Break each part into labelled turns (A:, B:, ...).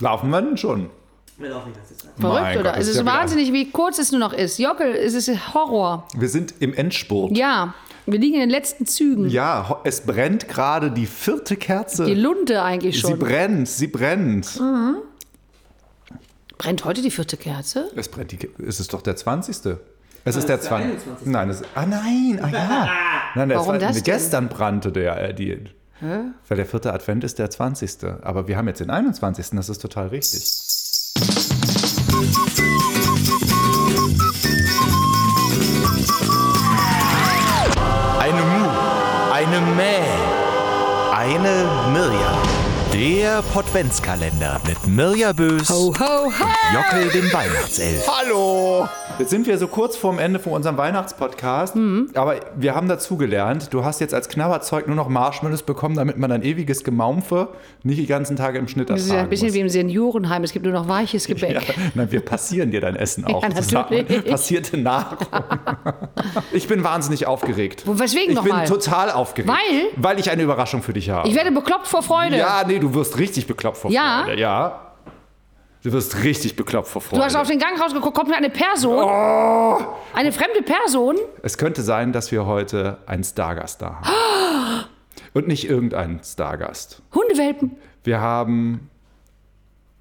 A: Laufen wir denn schon?
B: Wir laufen die ganze Zeit.
A: Mein
C: Verrückt,
A: Gott,
C: oder?
A: das
C: es
A: ist
C: ist
A: ja wieder-
C: wahnsinnig, wie kurz es nur noch ist. Jockel, es ist Horror.
A: Wir sind im Endspurt.
C: Ja, wir liegen in den letzten Zügen.
A: Ja, ho- es brennt gerade die vierte Kerze.
C: Die Lunte eigentlich
A: sie
C: schon.
A: brennt, sie brennt.
C: Brennt heute die vierte Kerze?
A: Es brennt die, Ke- es ist doch der 20. Es ist der
B: Ah, ist der
A: 20.
B: 21..
A: Nein, es, ah nein, ah ja. Nein, der
C: Warum
A: zweite-
C: das denn?
A: gestern brannte der, äh, die, weil der vierte Advent ist der 20. Aber wir haben jetzt den 21. Das ist total richtig.
D: Eine Mu, eine Mäh, eine Mirja. Der Potwenzkalender mit Mirja Bös,
C: Ho, ho, ho!
D: Jockel dem Weihnachtself.
A: Hallo! Jetzt sind wir so kurz vorm Ende von unserem Weihnachtspodcast,
C: Mhm.
A: aber wir haben dazugelernt, du hast jetzt als Knabberzeug nur noch Marshmallows bekommen, damit man dein ewiges Gemaumpfe nicht die ganzen Tage im Schnitt
C: Das ist ja ein
A: ertragen
C: bisschen
A: muss.
C: wie im Seniorenheim. Es gibt nur noch weiches Gebäck.
A: Ja, nein, wir passieren dir dein Essen auch.
C: Ja,
A: Das sagt man,
C: natürlich.
A: Passierte Nahrung. Ich bin wahnsinnig aufgeregt.
C: Wo- weswegen
A: Ich
C: noch
A: bin
C: mal?
A: total aufgeregt.
C: Weil?
A: Weil ich eine Überraschung für dich habe.
C: Ich werde bekloppt vor Freude.
A: ja, nee, du wirst richtig bekloppt vor
C: Ja?
A: Freude. Ja. Du wirst richtig bekloppt vor Freude. Oh!
C: Du hast auf den Gang rausgeguckt, kommt mir eine Person. Eine fremde Person.
A: es könnte sein, dass wir heute einen Stargast da haben. Und nicht irgendeinen Stargast.
C: Hundewelpen.
A: Wir haben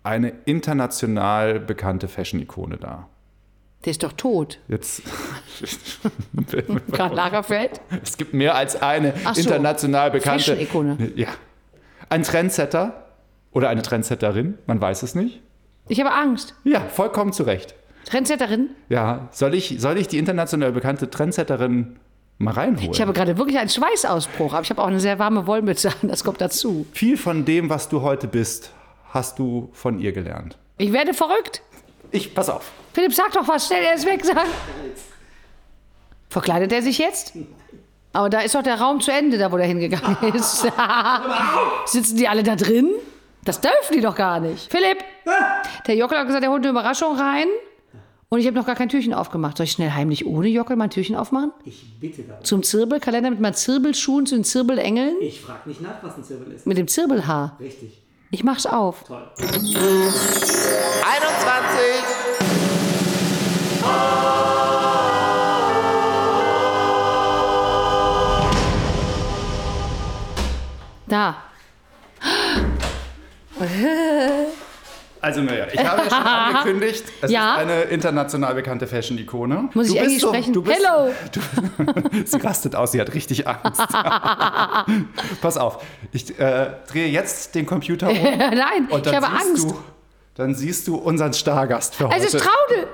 A: eine international bekannte Fashion-Ikone da.
C: Der ist doch tot.
A: Jetzt. Oh.
C: Karl Lagerfeld.
A: Es gibt mehr als eine
C: Ach so.
A: international bekannte.
C: Fashion-Ikone.
A: Ja. Ein Trendsetter oder eine Trendsetterin, man weiß es nicht.
C: Ich habe Angst.
A: Ja, vollkommen zu Recht.
C: Trendsetterin.
A: Ja, soll ich, soll ich die international bekannte Trendsetterin mal reinholen?
C: Ich habe gerade wirklich einen Schweißausbruch, aber ich habe auch eine sehr warme Wollmütze an. Das kommt dazu.
A: Viel von dem, was du heute bist, hast du von ihr gelernt.
C: Ich werde verrückt.
A: Ich, pass auf.
C: Philipp, sag doch was. Schnell, er ist weg. Sag. Verkleidet er sich jetzt? Aber da ist doch der Raum zu Ende, da wo der hingegangen ist. Sitzen die alle da drin? Das dürfen die doch gar nicht. Philipp, der Jockel hat gesagt, er holt eine Überraschung rein. Und ich habe noch gar kein Türchen aufgemacht. Soll ich schnell heimlich ohne Jockel mein Türchen aufmachen?
B: Ich bitte darum.
C: Zum Zirbelkalender mit meinen Zirbelschuhen zu den Zirbelengeln?
B: Ich frage nicht nach, was ein Zirbel ist.
C: Mit dem Zirbelhaar.
B: Richtig.
C: Ich mach's auf.
B: Toll.
D: 21!
C: Da.
A: Also, naja, ich habe ja schon angekündigt, es
C: Ja.
A: ist eine international bekannte Fashion-Ikone.
C: Muss
A: Du bist
C: ich Englisch
A: so-
C: sprechen?
A: Du bist,
C: Hello!
A: Sie rastet aus, sie hat richtig Angst. Pass auf, ich äh, drehe jetzt den Computer um.
C: Nein,
A: Und
C: ich
A: dann
C: habe
A: siehst
C: Angst. Also,
A: Du, dann siehst du unseren Stargast für
C: Es
A: heute.
C: ist Traude!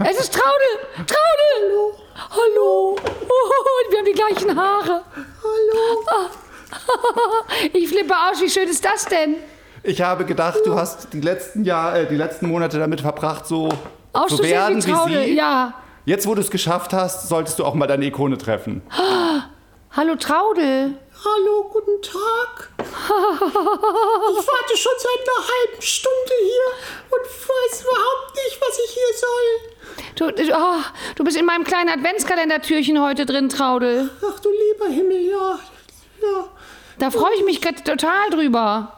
C: Es ist Traude! Traude! Hallo! Hallo! Oh, wir haben die gleichen Haare! Hallo! Ich flippe aus, wie schön ist das denn?
A: ich habe gedacht,
C: Oh.
A: du hast die letzten, Jahr, äh, die letzten Monate damit verbracht, so zu
C: Auszusehen
A: werden
C: wie Traude,
A: wie sie.
C: ja.
A: Jetzt, wo du es geschafft hast, solltest du auch mal deine Ikone treffen.
C: Hallo Traude.
E: Hallo, guten Tag. Ich warte schon seit einer halben Stunde hier und weiß überhaupt nicht, was ich hier soll.
C: Du, oh, du bist in meinem kleinen Adventskalendertürchen heute drin, Traude.
E: Ach du lieber Himmel, ja. Ja,
C: Da freue ich mich grad total drüber.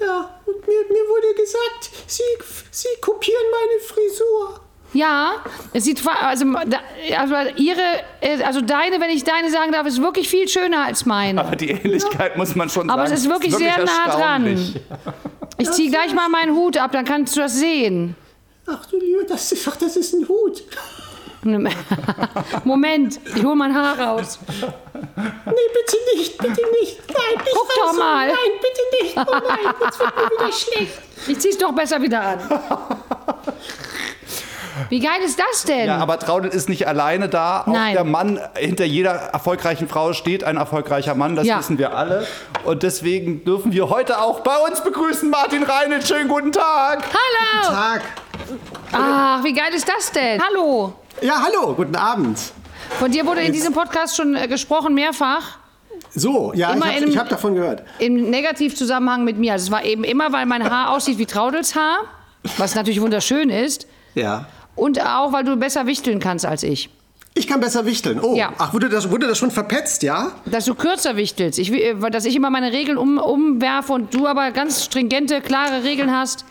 E: ja. Und mir, mir wurde gesagt, Sie, Sie kopieren meine Frisur.
C: Ja, es sieht fa- also, da- also ihre äh, also deine, wenn ich deine sagen darf, ist wirklich viel schöner als meine.
A: Aber die Ähnlichkeit muss man schon
C: Aber
A: sagen.
C: es ist wirklich sehr nah dran.
A: erstaunlich.
C: Ich ziehe gleich mal meinen Hut ab, dann kannst du das sehen.
E: Ach du lieber, das ist, ach, das ist ein Hut.
C: Moment, ich hole mein Haar raus.
E: Nee, bitte nicht, bitte nicht. Nein, ich
C: Guck
E: weiß,
C: doch mal.
E: Nein, bitte nicht. Oh nein, jetzt wird mir wieder schlecht.
C: Ich zieh's doch besser wieder an. Wie geil ist das denn?
A: Ja, aber Traudel ist nicht alleine da. Auch
C: Hm. Nein.
A: der Mann, hinter jeder erfolgreichen Frau steht ein erfolgreicher Mann, das
C: Ja.
A: wissen wir alle. Und deswegen dürfen wir heute auch bei uns begrüßen Martin Reinl. Schönen guten Tag.
C: Hallo!
F: Tag.
C: Ach, wie geil ist das denn? Hallo!
F: Ja, hallo, guten Abend.
C: Von dir wurde in diesem Podcast schon äh, gesprochen, mehrfach.
F: So, ja,
C: Immer
F: ich
C: in
F: habe
C: einem-
F: hab davon gehört.
C: Im Negativzusammenhang mit mir. Also es war eben immer, weil mein Haar aussieht wie Traudels Haar, was natürlich wunderschön ist.
F: Ja.
C: Und auch, weil du besser wichteln kannst als ich.
F: Ich kann besser wichteln. Oh,
C: Ja.
F: ach, wurde das, wurde das schon verpetzt, ja?
C: Dass du kürzer wichtelst. Ich, will, äh, dass ich immer meine Regeln um, umwerfe und du aber ganz stringente, klare Regeln hast.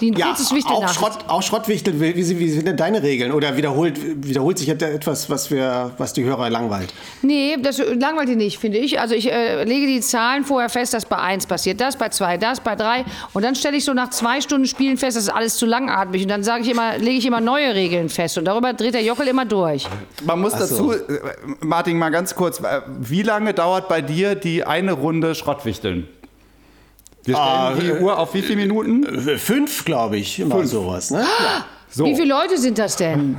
C: Die
F: Ja,
C: kurz ist wichtig
F: auch,
C: Nachricht.
F: Schrott, auch Schrottwichteln, wie, wie, sind- wie sind denn deine Regeln? Oder wiederholt, wiederholt sich etwas, was, wir, was die Hörer langweilt?
C: Nee, das äh, langweilt die nicht, finde ich. Also ich äh, lege die Zahlen vorher fest, dass bei 1 passiert das, bei 2 das, bei 3. Und dann stelle ich so nach zwei Stunden Spielen fest, das ist alles zu langatmig. Und dann sage ich immer, lege ich immer neue Regeln fest. Und darüber dreht der Jockel immer durch.
A: Man muss
F: so.
A: dazu, äh, Martin, mal ganz kurz, äh, wie lange dauert bei dir die eine Runde Schrottwichteln? Wir
F: Ah,
A: stellen die Uhr auf wie viele Minuten?
F: Äh, Fünf, glaube ich, immer sowas. Ne?
A: So.
C: Wie viele Leute sind das denn?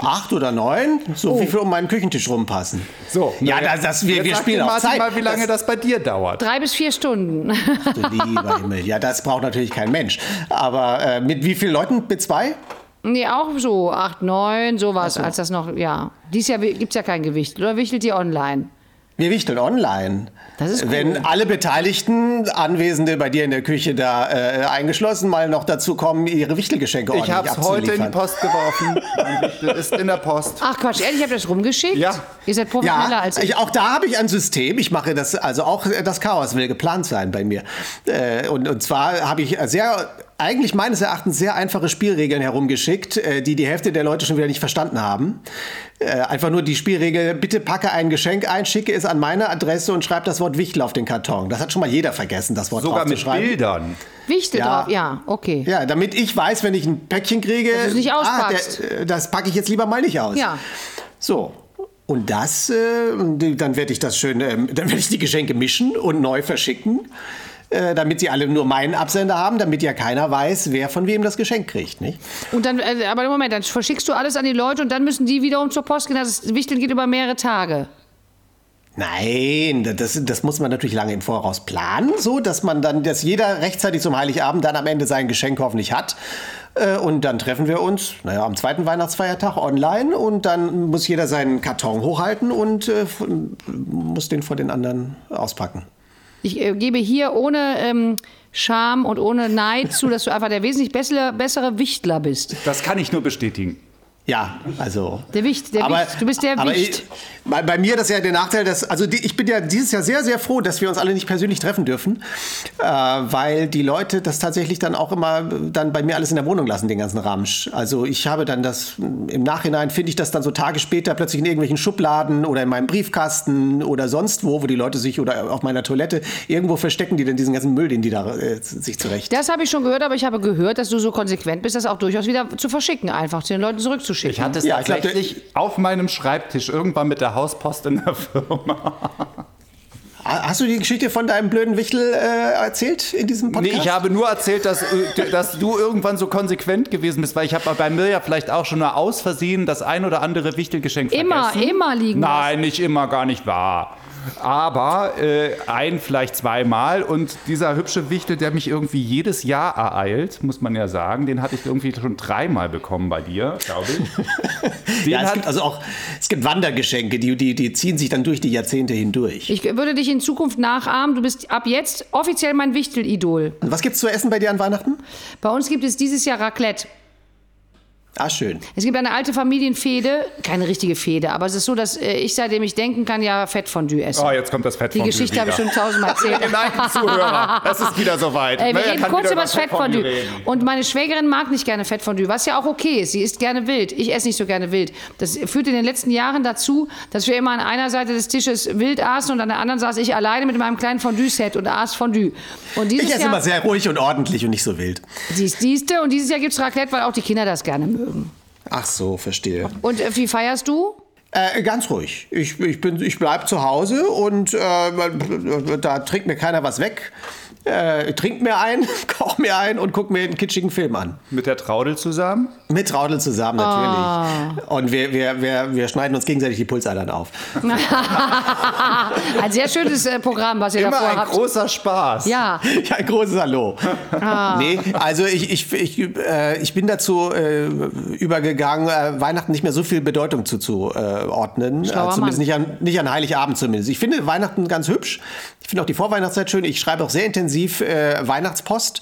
F: Acht oder neun, so wie viel um meinen Küchentisch rumpassen.
A: So,
F: Ja,
A: naja.
F: das, das, wir,
A: Jetzt
F: wir
A: sag
F: spielen
A: dir,
F: auch
A: Martin,
F: Zeit.
A: mal, wie lange das, bei dir dauert.
C: Drei bis vier Stunden.
F: das, du lieber Himmel. Ja, das braucht natürlich kein Mensch. Aber äh, mit wie vielen Leuten? Mit zwei?
C: nee, auch so, acht, neun, sowas, als das noch, ja. Dies Jahr gibt es ja kein Gewicht. Oder wichtelt ihr online?
F: Wir wichteln online.
C: Das ist cool.
F: Wenn alle Beteiligten, Anwesende bei dir in der Küche da äh, eingeschlossen, mal noch dazu kommen, ihre Wichtelgeschenke
A: Ich
F: ordentlich
A: habe es heute in Oh, die
F: abzuliefern.
A: Post geworfen. Die Wichtel ist in der Post.
C: Ach Quatsch, ehrlich, habt ihr das rumgeschickt?
A: Ja.
C: Ihr seid professioneller
F: Ja,
C: als ich.
F: ich, auch da habe ich ein System. Ich mache das, also auch äh, das Chaos will geplant sein bei mir. Äh, und, und zwar habe ich sehr, eigentlich meines Erachtens sehr einfache Spielregeln herumgeschickt, äh, die die Hälfte der Leute schon wieder nicht verstanden haben. Äh, einfach nur die Spielregel, bitte packe ein Geschenk ein, schicke es an meine Adresse und schreibe das Wort Wichtel auf den Karton. Das hat schon mal jeder vergessen, das Wort
A: Sogar mit
F: draufzuschreiben.
A: Bildern.
C: Wichtel
F: Ja.
C: drauf, ja, okay.
F: Ja, damit ich weiß, wenn ich ein Päckchen kriege, ah,
C: Dass du's nicht auspackst.
F: der, äh, das packe ich jetzt lieber mal nicht aus.
C: Ja.
F: So. Und das, äh, die- dann werde ich das schön, ähm, dann werde ich die Geschenke mischen und neu verschicken, äh, damit sie alle nur meinen Absender haben, damit ja keiner weiß, wer von wem das Geschenk kriegt, nicht?
C: Und dann, äh, aber Moment, dann verschickst du alles an die Leute und dann müssen die wiederum zur Post gehen. Das ist- Wichteln geht über mehrere Tage.
F: Nein, das, das muss man natürlich lange im Voraus planen, so dass man dann, dass jeder rechtzeitig zum Heiligabend dann am Ende sein Geschenk hoffentlich hat. Äh, Und dann treffen wir uns, naja, am zweiten Weihnachtsfeiertag online und dann muss jeder seinen Karton hochhalten und äh, f- muss den vor den anderen auspacken.
C: Ich äh, gebe hier ohne ähm, Scham und ohne Neid zu, dass du einfach der wesentlich bessere, bessere Wichtler bist.
A: Das kann ich nur bestätigen.
F: Ja, also.
C: Der Wicht, der
F: aber,
C: Wicht. Du bist der
F: aber
C: Wicht.
F: Ich, bei, bei mir das ist ja der Nachteil, dass also die, ich bin ja dieses Jahr sehr sehr froh, dass wir uns alle nicht persönlich treffen dürfen, äh, weil die Leute das tatsächlich dann auch immer äh, dann bei mir alles in der Wohnung lassen den ganzen Ramsch. Also ich habe dann das mh, im Nachhinein finde ich das dann so Tage später plötzlich in irgendwelchen Schubladen oder in meinem Briefkasten oder sonst wo, wo die Leute sich oder auf meiner Toilette irgendwo verstecken, die dann diesen ganzen Müll, den die da äh, sich zurecht.
C: Das habe ich schon gehört, aber ich habe gehört, dass du so konsequent bist, das auch durchaus wieder zu verschicken, einfach zu den Leuten zurückzuschicken.
A: Ich hatte es
F: Ja, ich glaub,
A: tatsächlich auf meinem Schreibtisch irgendwann mit der Hauspost in der Firma.
F: Ha- Hast du die Geschichte von deinem blöden Wichtel äh, erzählt in diesem
A: Nee,
F: Podcast?
A: ich habe nur erzählt, dass, äh, dass du irgendwann so konsequent gewesen bist, weil ich habe bei Mirja vielleicht auch schon mal aus Versehen das ein oder andere Wichtelgeschenk
C: Immer,
A: vergessen.
C: immer liegen
A: Nein, nicht immer, gar nicht wahr. Aber äh, ein, vielleicht zweimal. Und dieser hübsche Wichtel, der mich irgendwie jedes Jahr ereilt, muss man ja sagen, den hatte ich irgendwie schon dreimal bekommen bei dir, glaube ich. Den
F: Ja, es
A: hat,
F: gibt also auch es gibt Wandergeschenke, die, die, die ziehen sich dann durch die Jahrzehnte hindurch.
C: Ich würde dich in Zukunft nachahmen. Du bist ab jetzt offiziell mein Wichtel-Idol.
F: Und was gibt's zu essen bei dir an Weihnachten?
C: Bei uns gibt es dieses Jahr Raclette.
F: Ah, schön.
C: Es gibt eine alte Familienfehde, keine richtige Fehde, aber es ist so, dass äh, ich, seitdem ich denken kann, ja Fettfondue esse.
A: oh, jetzt kommt das Fett
C: Die Geschichte habe ich schon tausendmal erzählt.
A: Nein, Zuhörer, es ist wieder soweit.
C: Ey, wir
A: Mirja
C: reden
A: kann
C: kurz
A: wieder
C: über das Fettfondue.
A: reden.
C: Und meine Schwägerin mag nicht gerne Fettfondue, was ja auch okay ist. Sie isst gerne wild. Ich esse nicht so gerne wild. Das führt in den letzten Jahren dazu, dass wir immer an einer Seite des Tisches wild aßen und an der anderen saß ich alleine mit meinem kleinen Fondue-Set und aß Fondue. Und dieses
F: Ich esse
C: Jahr,
F: immer sehr ruhig und ordentlich und nicht so wild.
C: Siehst, siehste, und dieses Jahr gibt es Raclette, weil auch die Kinder das gerne mögen.
F: Ach so, verstehe.
C: Und äh, wie feierst du?
F: Äh, ganz ruhig. Ich, ich, bin, ich bleib zu Hause und äh, da trinkt mir keiner was weg. Äh, trink mir ein, koch mir ein und guck mir einen kitschigen Film an.
A: Mit der Traudel zusammen?
F: Mit Traudel zusammen natürlich. Und wir, wir, wir, wir schneiden uns gegenseitig die Pulsadern auf.
C: Ein sehr schönes äh, Programm, was ihr
A: Immer
C: davor
A: ein
C: habt.
A: großer Spaß.
C: Ja,
F: Ja, ein großes Hallo.
C: Ah.
F: Nee, also ich, ich, ich, äh, ich bin dazu äh, übergegangen, äh, Weihnachten nicht mehr so viel Bedeutung zuzuordnen. Äh, ordnen. äh,
C: Schlauer
F: zumindest
C: Mann.
F: nicht an, nicht an Heiligabend zumindest. Ich finde Weihnachten ganz hübsch. Ich finde auch die Vorweihnachtszeit schön. Ich schreibe auch sehr intensiv äh, Weihnachtspost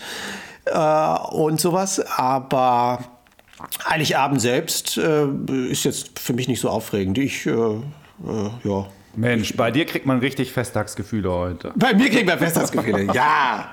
F: äh, und sowas. Aber Heiligabend selbst äh, ist jetzt für mich nicht so aufregend. Ich, äh, äh, ja.
A: Mensch, bei dir kriegt man richtig Festtagsgefühle heute.
F: Bei mir kriegen wir Festtagsgefühle. ja.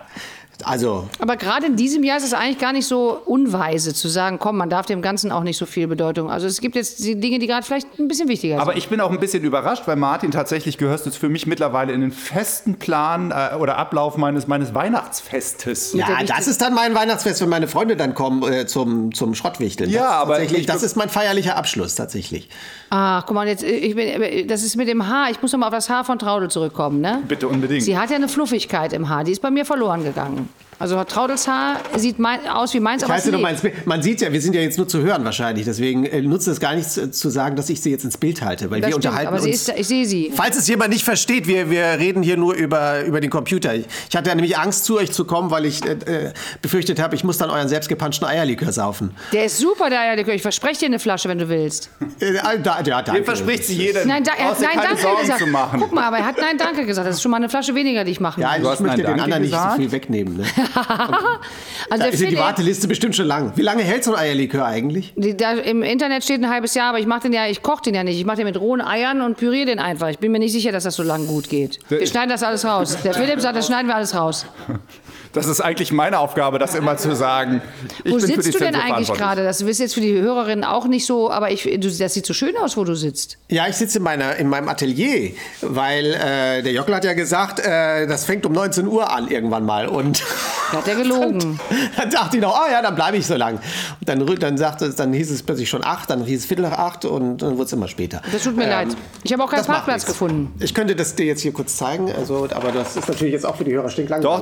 F: Also,
C: Aber gerade in diesem Jahr ist es eigentlich gar nicht so unweise zu sagen, komm, man darf dem Ganzen auch nicht so viel Bedeutung. Also es gibt jetzt die Dinge, die gerade vielleicht ein bisschen wichtiger sind.
A: Aber ich bin auch ein bisschen überrascht, weil Martin tatsächlich gehörst jetzt für mich mittlerweile in den festen Plan äh, oder Ablauf meines, meines Weihnachtsfestes.
C: der
F: ja,
C: Wichtel-
F: das ist dann mein Weihnachtsfest, wenn meine Freunde dann kommen äh, zum, zum Schrottwichteln.
A: Ja,
F: das ist
A: aber
F: tatsächlich,
A: ich-
F: das ist mein feierlicher Abschluss tatsächlich.
C: Ach, Ah, guck mal, jetzt, äh, ich bin, das ist mit dem Haar. Ich muss nochmal auf das Haar von Traudel zurückkommen, ne?
A: Bitte unbedingt.
C: Sie hat ja eine Fluffigkeit im Haar, die ist bei mir verloren gegangen. Also Traudels Haar sieht mein, aus wie meins,
F: Ich
C: aber
F: heiße
C: es
F: noch mal
C: lebt.
F: ins Bild. Man sieht ja, wir sind ja jetzt nur zu hören wahrscheinlich, deswegen äh, nutzt es gar nichts äh, zu sagen, dass ich sie jetzt ins Bild halte, weil
C: Das
F: wir
C: stimmt,
F: unterhalten
C: aber sie
F: uns.
C: ist, ich sehe sie.
F: Falls es jemand nicht versteht, wir, wir reden hier nur über, über den Computer. Ich ich hatte ja nämlich Angst, zu euch zu kommen, weil ich äh, äh, befürchtet habe, ich muss dann euren selbstgepanschten Eierlikör saufen.
C: Der ist super, der Eierlikör. Ich verspreche dir eine Flasche, wenn du willst.
F: Äh, da, ja, danke.
A: Dem verspricht sie jeder.
C: Nein, da, er hat Nein,
A: keine
C: danke
A: Sorgen
C: gesagt.
A: zu machen.
C: Guck mal, aber er hat Nein, danke gesagt. Das ist schon mal eine Flasche weniger, die ich machen
F: Ja,
C: muss.
F: ich
A: hast
F: möchte
A: Nein,
F: den
A: danke
F: anderen nicht so
A: gesagt?
F: viel wegnehmen. Ne?
C: Also der
F: Da ist ja die
C: Philipp-
F: Warteliste bestimmt schon lang. Wie lange hält so ein Eierlikör eigentlich?
C: Die, da Im Internet steht ein halbes Jahr, aber ich mache den ja, ich koche den ja nicht. Ich mache den mit rohen Eiern und püriere den einfach. Ich bin mir nicht sicher, dass das so lang gut geht. Wir schneiden das alles raus. Der Philipp sagt, das schneiden wir alles raus.
A: Das ist eigentlich meine Aufgabe, das immer zu sagen. Ich
C: Wo
A: bin für
C: sitzt
A: die
C: du denn
A: Zensur
C: eigentlich
A: verantwortlich.
C: gerade? Das ist jetzt für die Hörerinnen auch nicht so, aber ich, du, das sieht so schön aus, wo du sitzt.
F: Ja, ich sitze in, meiner, in meinem Atelier, weil äh, der Jockel hat ja gesagt, äh, das fängt um 19 Uhr an irgendwann mal. Und
C: Da hat er gelogen.
F: dann dachte ich noch, oh ja, dann bleibe ich so lang. Und dann, rü- dann, sagte, es- dann hieß es plötzlich schon 8, dann hieß es Viertel nach 8 und dann wurde es immer später.
C: Das tut mir leid. Ich habe auch keinen
F: das macht
C: Parkplatz
F: nichts.
C: gefunden.
F: Ich könnte das dir jetzt hier kurz zeigen, also, aber das ist natürlich jetzt auch für die Hörer stinklangweilig.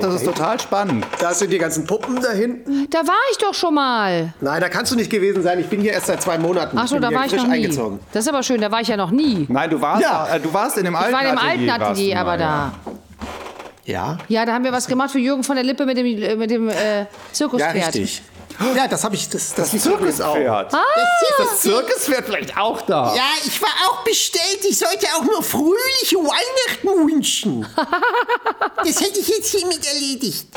A: Doch, das ist total spannend.
F: Da sind die ganzen Puppen da hinten.
C: Da war ich doch schon mal.
F: Nein, da kannst du nicht gewesen sein. Ich bin hier erst seit zwei Monaten.
C: Ach so,
F: ich bin
C: da
F: hier
C: war ich
F: frisch
C: noch nie.
F: eingezogen.
C: Das ist aber schön, da war ich ja noch nie.
A: Nein, du warst,
F: Ja.
A: da- äh, du warst in dem
C: Ich
A: alten
C: war im alten
A: Atelier, warst
C: Atelier
A: du
C: aber
A: mal,
C: da.
F: Ja.
C: Ja, da haben wir was gemacht für Jürgen von der Lippe mit dem, äh, mit dem äh,
F: Ja,
C: Zirkuspferd.
F: richtig. Ja, das habe ich. Das, das, das
A: Zirkuspferd. Das Zirkuspferd vielleicht auch da.
F: Ja, ich war auch bestellt. Ich sollte auch nur fröhliche Weihnachten wünschen.
E: Das hätte ich jetzt hiermit erledigt.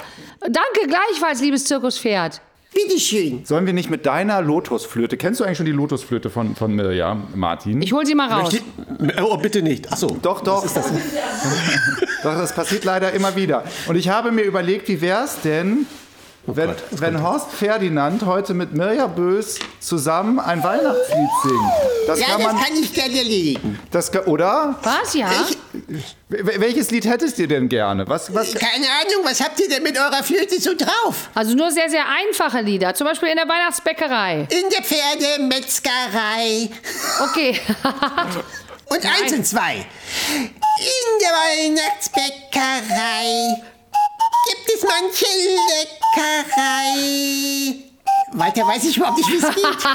C: Danke gleichfalls, liebes Zirkuspferd.
E: Bitteschön.
A: Sollen wir nicht mit deiner Lotusflöte, kennst du eigentlich schon die Lotusflöte von, von Mirja, Martin?
C: Ich hol sie mal raus.
F: Oh, bitte nicht. Achso.
A: Doch, doch. doch, das passiert leider immer wieder. Und ich habe mir überlegt, wie wäre es denn, wenn,
F: Gott, das
A: wenn Horst Ferdinand heute mit Mirja Bös zusammen ein Weihnachtslied singt? Das
E: Ja,
A: kann man,
E: das kann ich gerne erledigen.
A: das kann, oder?
C: Was, ja?
A: Wel- Welches Lied hättest du denn gerne? Was, was,
E: Keine Ahnung, was habt ihr denn mit eurer Flöte so drauf?
C: Also nur sehr, sehr einfache Lieder. Zum Beispiel in der Weihnachtsbäckerei.
E: In der Pferdemetzgerei.
C: Okay.
E: Und eins und zwei. In der Weihnachtsbäckerei gibt es manche Leckerei. Weiter weiß ich überhaupt nicht, wie es geht.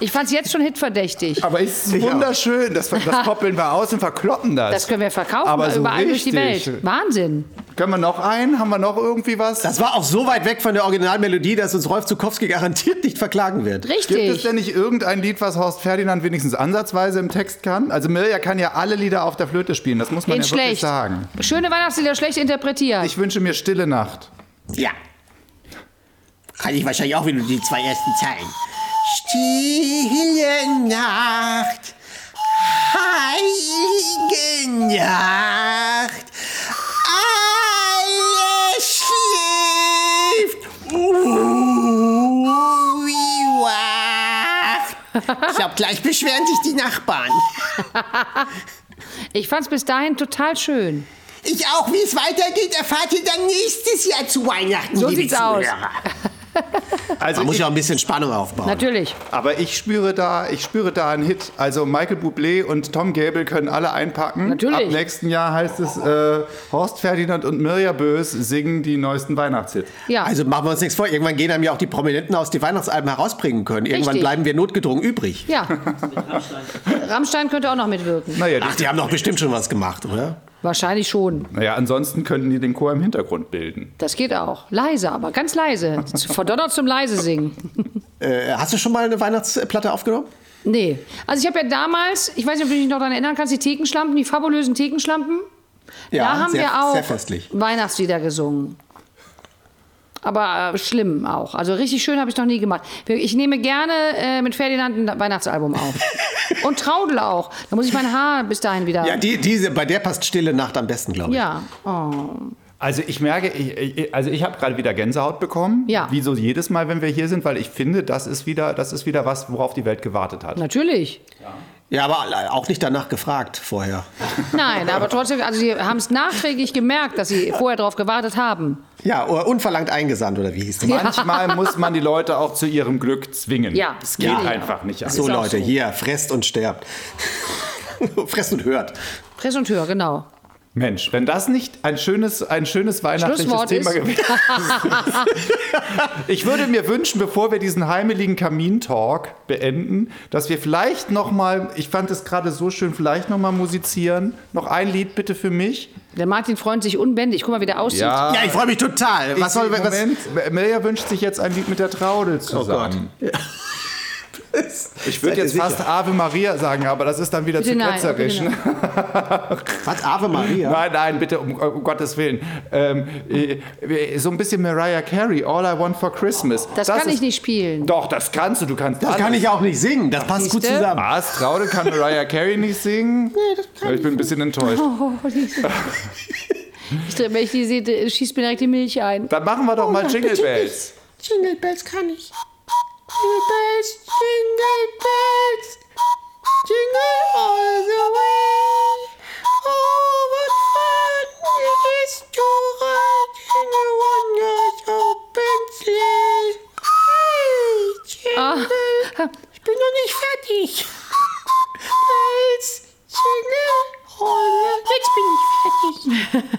C: Ich fand's jetzt schon hitverdächtig.
A: aber ist wunderschön. Das, das koppeln wir aus und verkloppen das.
C: Das können wir verkaufen
A: Aber so
C: überall durch
A: richtig.
C: die Welt. Wahnsinn.
A: Können wir noch einen? Haben wir noch irgendwie was?
F: Das war auch so weit weg von der Originalmelodie, dass uns Rolf Zukowski garantiert nicht verklagen wird.
A: Gibt es
C: Richtig.
A: denn nicht irgendein Lied, was Horst Ferdinand wenigstens ansatzweise im Text kann? Also Mirja kann ja alle Lieder auf der Flöte spielen, das muss man
C: In
A: ja wirklich
C: schlecht.
A: sagen.
C: Schöne Weihnachtslieder schlecht interpretiert.
A: Ich wünsche mir Stille Nacht.
E: Ja. Kann ich wahrscheinlich auch wieder die zwei ersten Zeilen. Stille Nacht, heilige Nacht, alles schläft, Uri wacht. Ich glaub, gleich beschweren sich die Nachbarn.
C: Ich fand's bis dahin total schön.
E: Ich auch, wie es weitergeht, erfahrt ihr dann nächstes Jahr zu Weihnachten.
C: So
E: liebe
C: sieht's aus.
E: Zuhörer.
A: Also
F: Man muss
A: ich,
F: ja auch ein bisschen Spannung aufbauen.
C: Natürlich.
A: aber ich spüre da, ich spüre da einen Hit. Also Michael Bublé und Tom Gable können alle einpacken.
C: Natürlich.
A: Ab nächsten Jahr heißt es äh, Horst Ferdinand und Mirja Bös singen die neuesten Weihnachtshits.
C: Ja.
F: Also machen wir uns nichts vor. Irgendwann gehen einem ja auch die Prominenten aus, die Weihnachtsalben herausbringen können. Irgendwann
C: Richtig.
F: bleiben wir notgedrungen übrig.
C: ja. Rammstein könnte auch noch mitwirken.
A: Naja,
F: Ach,
A: die,
F: die haben doch bestimmt schon was gemacht, oder?
C: Wahrscheinlich schon.
A: naja, ansonsten könnten die den Chor im Hintergrund bilden.
C: Das geht auch. Leise, aber ganz leise. Zu- Verdonnert zum leise singen.
F: Äh, hast du schon mal eine Weihnachtsplatte aufgenommen?
C: Nee. Also ich habe ja damals, ich weiß nicht, ob du dich noch daran erinnern kannst, die Thekenschlampen, die fabulösen Thekenschlampen. da haben
F: sehr,
C: wir auch
F: Sehr festlich.
C: Weihnachtslieder gesungen. Aber äh, schlimm auch. Also richtig schön habe ich noch nie gemacht. Ich nehme gerne äh, mit Ferdinand ein Weihnachtsalbum auf. Und Traudel auch. Da muss ich mein Haar bis dahin wieder.
F: Ja, die, diese, bei der passt Stille Nacht am besten, glaube ich.
C: Ja. Oh.
A: Also ich merke, ich, ich, also ich habe gerade wieder Gänsehaut bekommen.
C: Ja.
A: Wie so jedes Mal, wenn wir hier sind, weil ich finde, das ist wieder, das ist wieder was, worauf die Welt gewartet hat.
C: Natürlich.
F: Ja, aber äh, auch nicht danach gefragt vorher.
C: Nein, aber trotzdem, also sie haben es nachträglich gemerkt, dass sie vorher drauf gewartet haben.
F: Ja, oder unverlangt eingesandt oder wie hieß das?
A: Manchmal muss man die Leute auch zu ihrem Glück zwingen.
C: Ja.
A: Es geht
C: Ja.
A: einfach nicht anders.
F: So
C: auch
F: Leute,
C: so.
F: hier, fresst und sterbt. fresst und hört.
C: Press und Hör, genau.
A: Mensch, wenn das nicht ein schönes, ein schönes weihnachtliches
C: Schlusswort
A: Thema
C: ist-
A: gewesen ist. ich würde mir wünschen, bevor wir diesen heimeligen Kamin-Talk beenden, dass wir vielleicht noch mal, ich fand es gerade so schön, vielleicht noch mal musizieren. Noch ein Lied bitte für mich.
C: Der Martin freut sich unbändig. Guck mal, wie der aussieht.
F: Ja, ich freue mich total. Was soll, was,
A: Ah. Moment, Melja wünscht sich jetzt ein Lied mit der Traudel zusammen. Ich würde
F: Seid ihr
A: jetzt fast Ave Maria sagen, aber das ist dann wieder
C: Bitte
A: zu
C: nein,
A: ketzerisch.
C: bitte
A: ne?
F: was Ave Maria?
A: Nein, nein, bitte, um, um Gottes Willen. Ähm, äh, so ein bisschen Mariah Carey, All I Want for Christmas.
C: Das, kann
A: ist-
C: ich nicht spielen.
A: Doch, das kannst du, du kannst
F: Das kann ich auch nicht singen. Das passt gut
C: Siehste?
F: zusammen.
A: Was? Traude kann Mariah Carey nicht singen? Nee, das kann ich bin ein bisschen enttäuscht.
C: Oh, die- ich, dreh- wenn ich die sehe, schießt mir direkt die Milch ein.
A: Dann machen wir doch mal Jingle
E: bitte
A: Bells.
E: Jingle Bells kann ich. Jingle Bells, Jingle Bells. Jingle all the way. Oh, what fun it is to ride in the wonders of Bentley. Hey,
C: Ah.
E: Jingle. Ich bin noch nicht fertig. Bells, Jingle all the Jetzt bin ich fertig.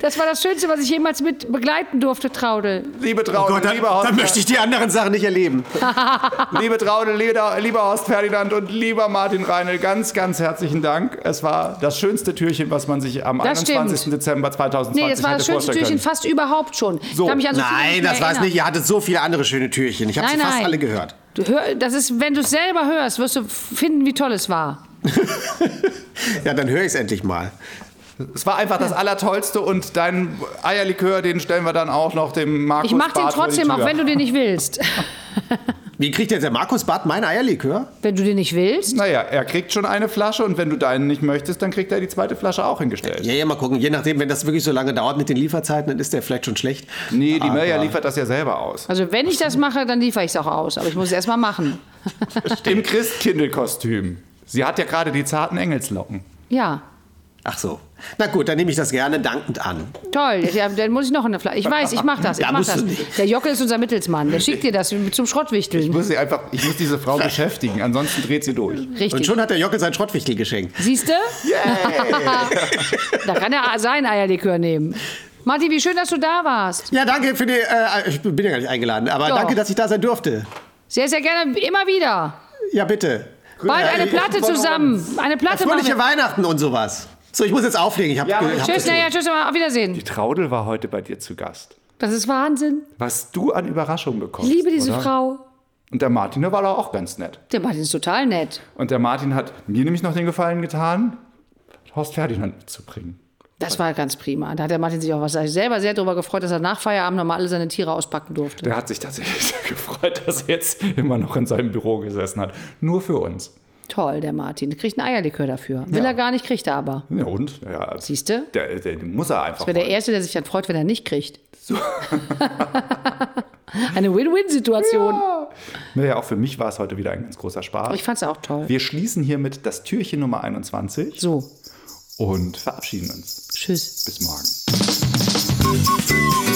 C: Das war das Schönste, was ich jemals mit begleiten durfte, Traudel.
A: Liebe Traude,
F: Oh Gott, dann,
A: lieber Horst,
F: dann möchte ich die anderen Sachen nicht erleben.
A: liebe Traude, lieber, lieber Horst Ferdinand und lieber Martin Reinl, ganz, ganz herzlichen Dank. Es war das schönste Türchen, was man sich am
C: Das stimmt.
A: 21. Dezember 2020
C: Nee, das war
A: hätte
C: das schönste
A: vorstellen
C: Türchen
A: können.
C: fast überhaupt schon.
A: So.
C: Ich kann mich an so viele mehr
F: Nein, das war es
C: erinnern.
F: nicht. Ihr hattet so viele andere schöne Türchen. Ich habe sie
C: Nein,
F: fast
C: nein.
F: alle gehört.
C: Du hör, das ist, wenn du es selber hörst, wirst du finden, wie toll es war.
F: Ja, dann höre ich es endlich mal.
A: Es war einfach das Allertollste und deinen Eierlikör, den stellen wir dann auch noch dem Markus
C: Ich mach den
A: Barth vor die
C: trotzdem, auch
A: Tür.
C: wenn du den nicht willst.
F: Wie kriegt jetzt der Markus Barth mein Eierlikör?
C: Wenn du den nicht willst,
A: Naja, er kriegt schon eine Flasche und wenn du deinen nicht möchtest, dann kriegt er die zweite Flasche auch hingestellt.
F: Ja, ja, mal gucken. Je nachdem, wenn das wirklich so lange dauert mit den Lieferzeiten, dann ist der vielleicht schon schlecht.
A: Nee, die
F: Aber-
A: Mirja liefert das ja selber aus.
C: also wenn ich das mache, dann liefere ich es auch aus. Aber ich muss es erstmal machen.
A: Im Christkindlkostüm. Sie hat ja gerade die zarten Engelslocken.
C: Ja,
F: Ach so. Na gut, dann nehme ich das gerne dankend an.
C: toll. Ja, dann muss ich noch eine Flasche. Ich weiß, ich mache das. Ich
F: Ja,
C: mach
F: musst
C: das.
F: du nicht.
C: Der Jockel ist unser Mittelsmann. Der schickt dir das zum
A: Ich
C: Schrottwichteln.
A: muss sie einfach, ich muss diese Frau beschäftigen, ansonsten dreht sie durch.
F: Und
C: Richtig.
F: schon hat der Jockel sein Schrottwichtel geschenkt.
C: Siehst du? da kann er seinen Eierlikör nehmen. Martin, wie schön, dass du da warst.
F: Ja, danke für die. Äh, ich bin ja gar nicht eingeladen, aber
C: Doch.
F: danke, dass ich da sein durfte.
C: Sehr, sehr gerne, immer wieder.
F: Ja, bitte.
C: Bald
F: Ja,
C: eine
F: ich-
C: Platte zusammen. Eine Platte machen.
F: Fröhliche
C: wir.
F: Weihnachten und sowas. So, ich muss jetzt auflegen. Ich hab, ge- hab
C: Tschüss,
F: zu tun.
C: naja, tschüss, auf Wiedersehen.
A: Die Traudel war heute bei dir zu Gast.
C: Das ist Wahnsinn.
A: Was du an Überraschung bekommst.
C: Ich liebe diese
A: oder?
C: Frau.
A: Und der Martin, der war doch auch ganz nett.
C: Der Martin ist total nett.
A: Und der Martin hat mir nämlich noch den Gefallen getan, Horst Ferdinand mitzubringen.
C: Das war ganz prima. Da hat der Martin sich auch was selber sehr darüber gefreut, dass er nach Feierabend nochmal alle seine Tiere auspacken durfte.
A: Der hat sich tatsächlich sehr gefreut, dass er jetzt immer noch in seinem Büro gesessen hat. Nur für uns.
C: Toll, der Martin. Der kriegt einen Eierlikör dafür. Will er gar nicht, kriegt er aber.
A: Ja, und? Ja,
C: Siehst du?
A: der, der, den muss er einfach.
C: Wäre der
A: wollen.
C: Erste, der sich dann freut, wenn er nicht kriegt. Eine Win-Win-Situation.
A: Naja, auch für mich war es heute wieder ein ganz großer Spaß.
C: Ich fand's auch toll.
A: Wir schließen hiermit das Türchen Nummer 21
C: So,
A: und verabschieden uns.
C: tschüss.
A: Bis morgen.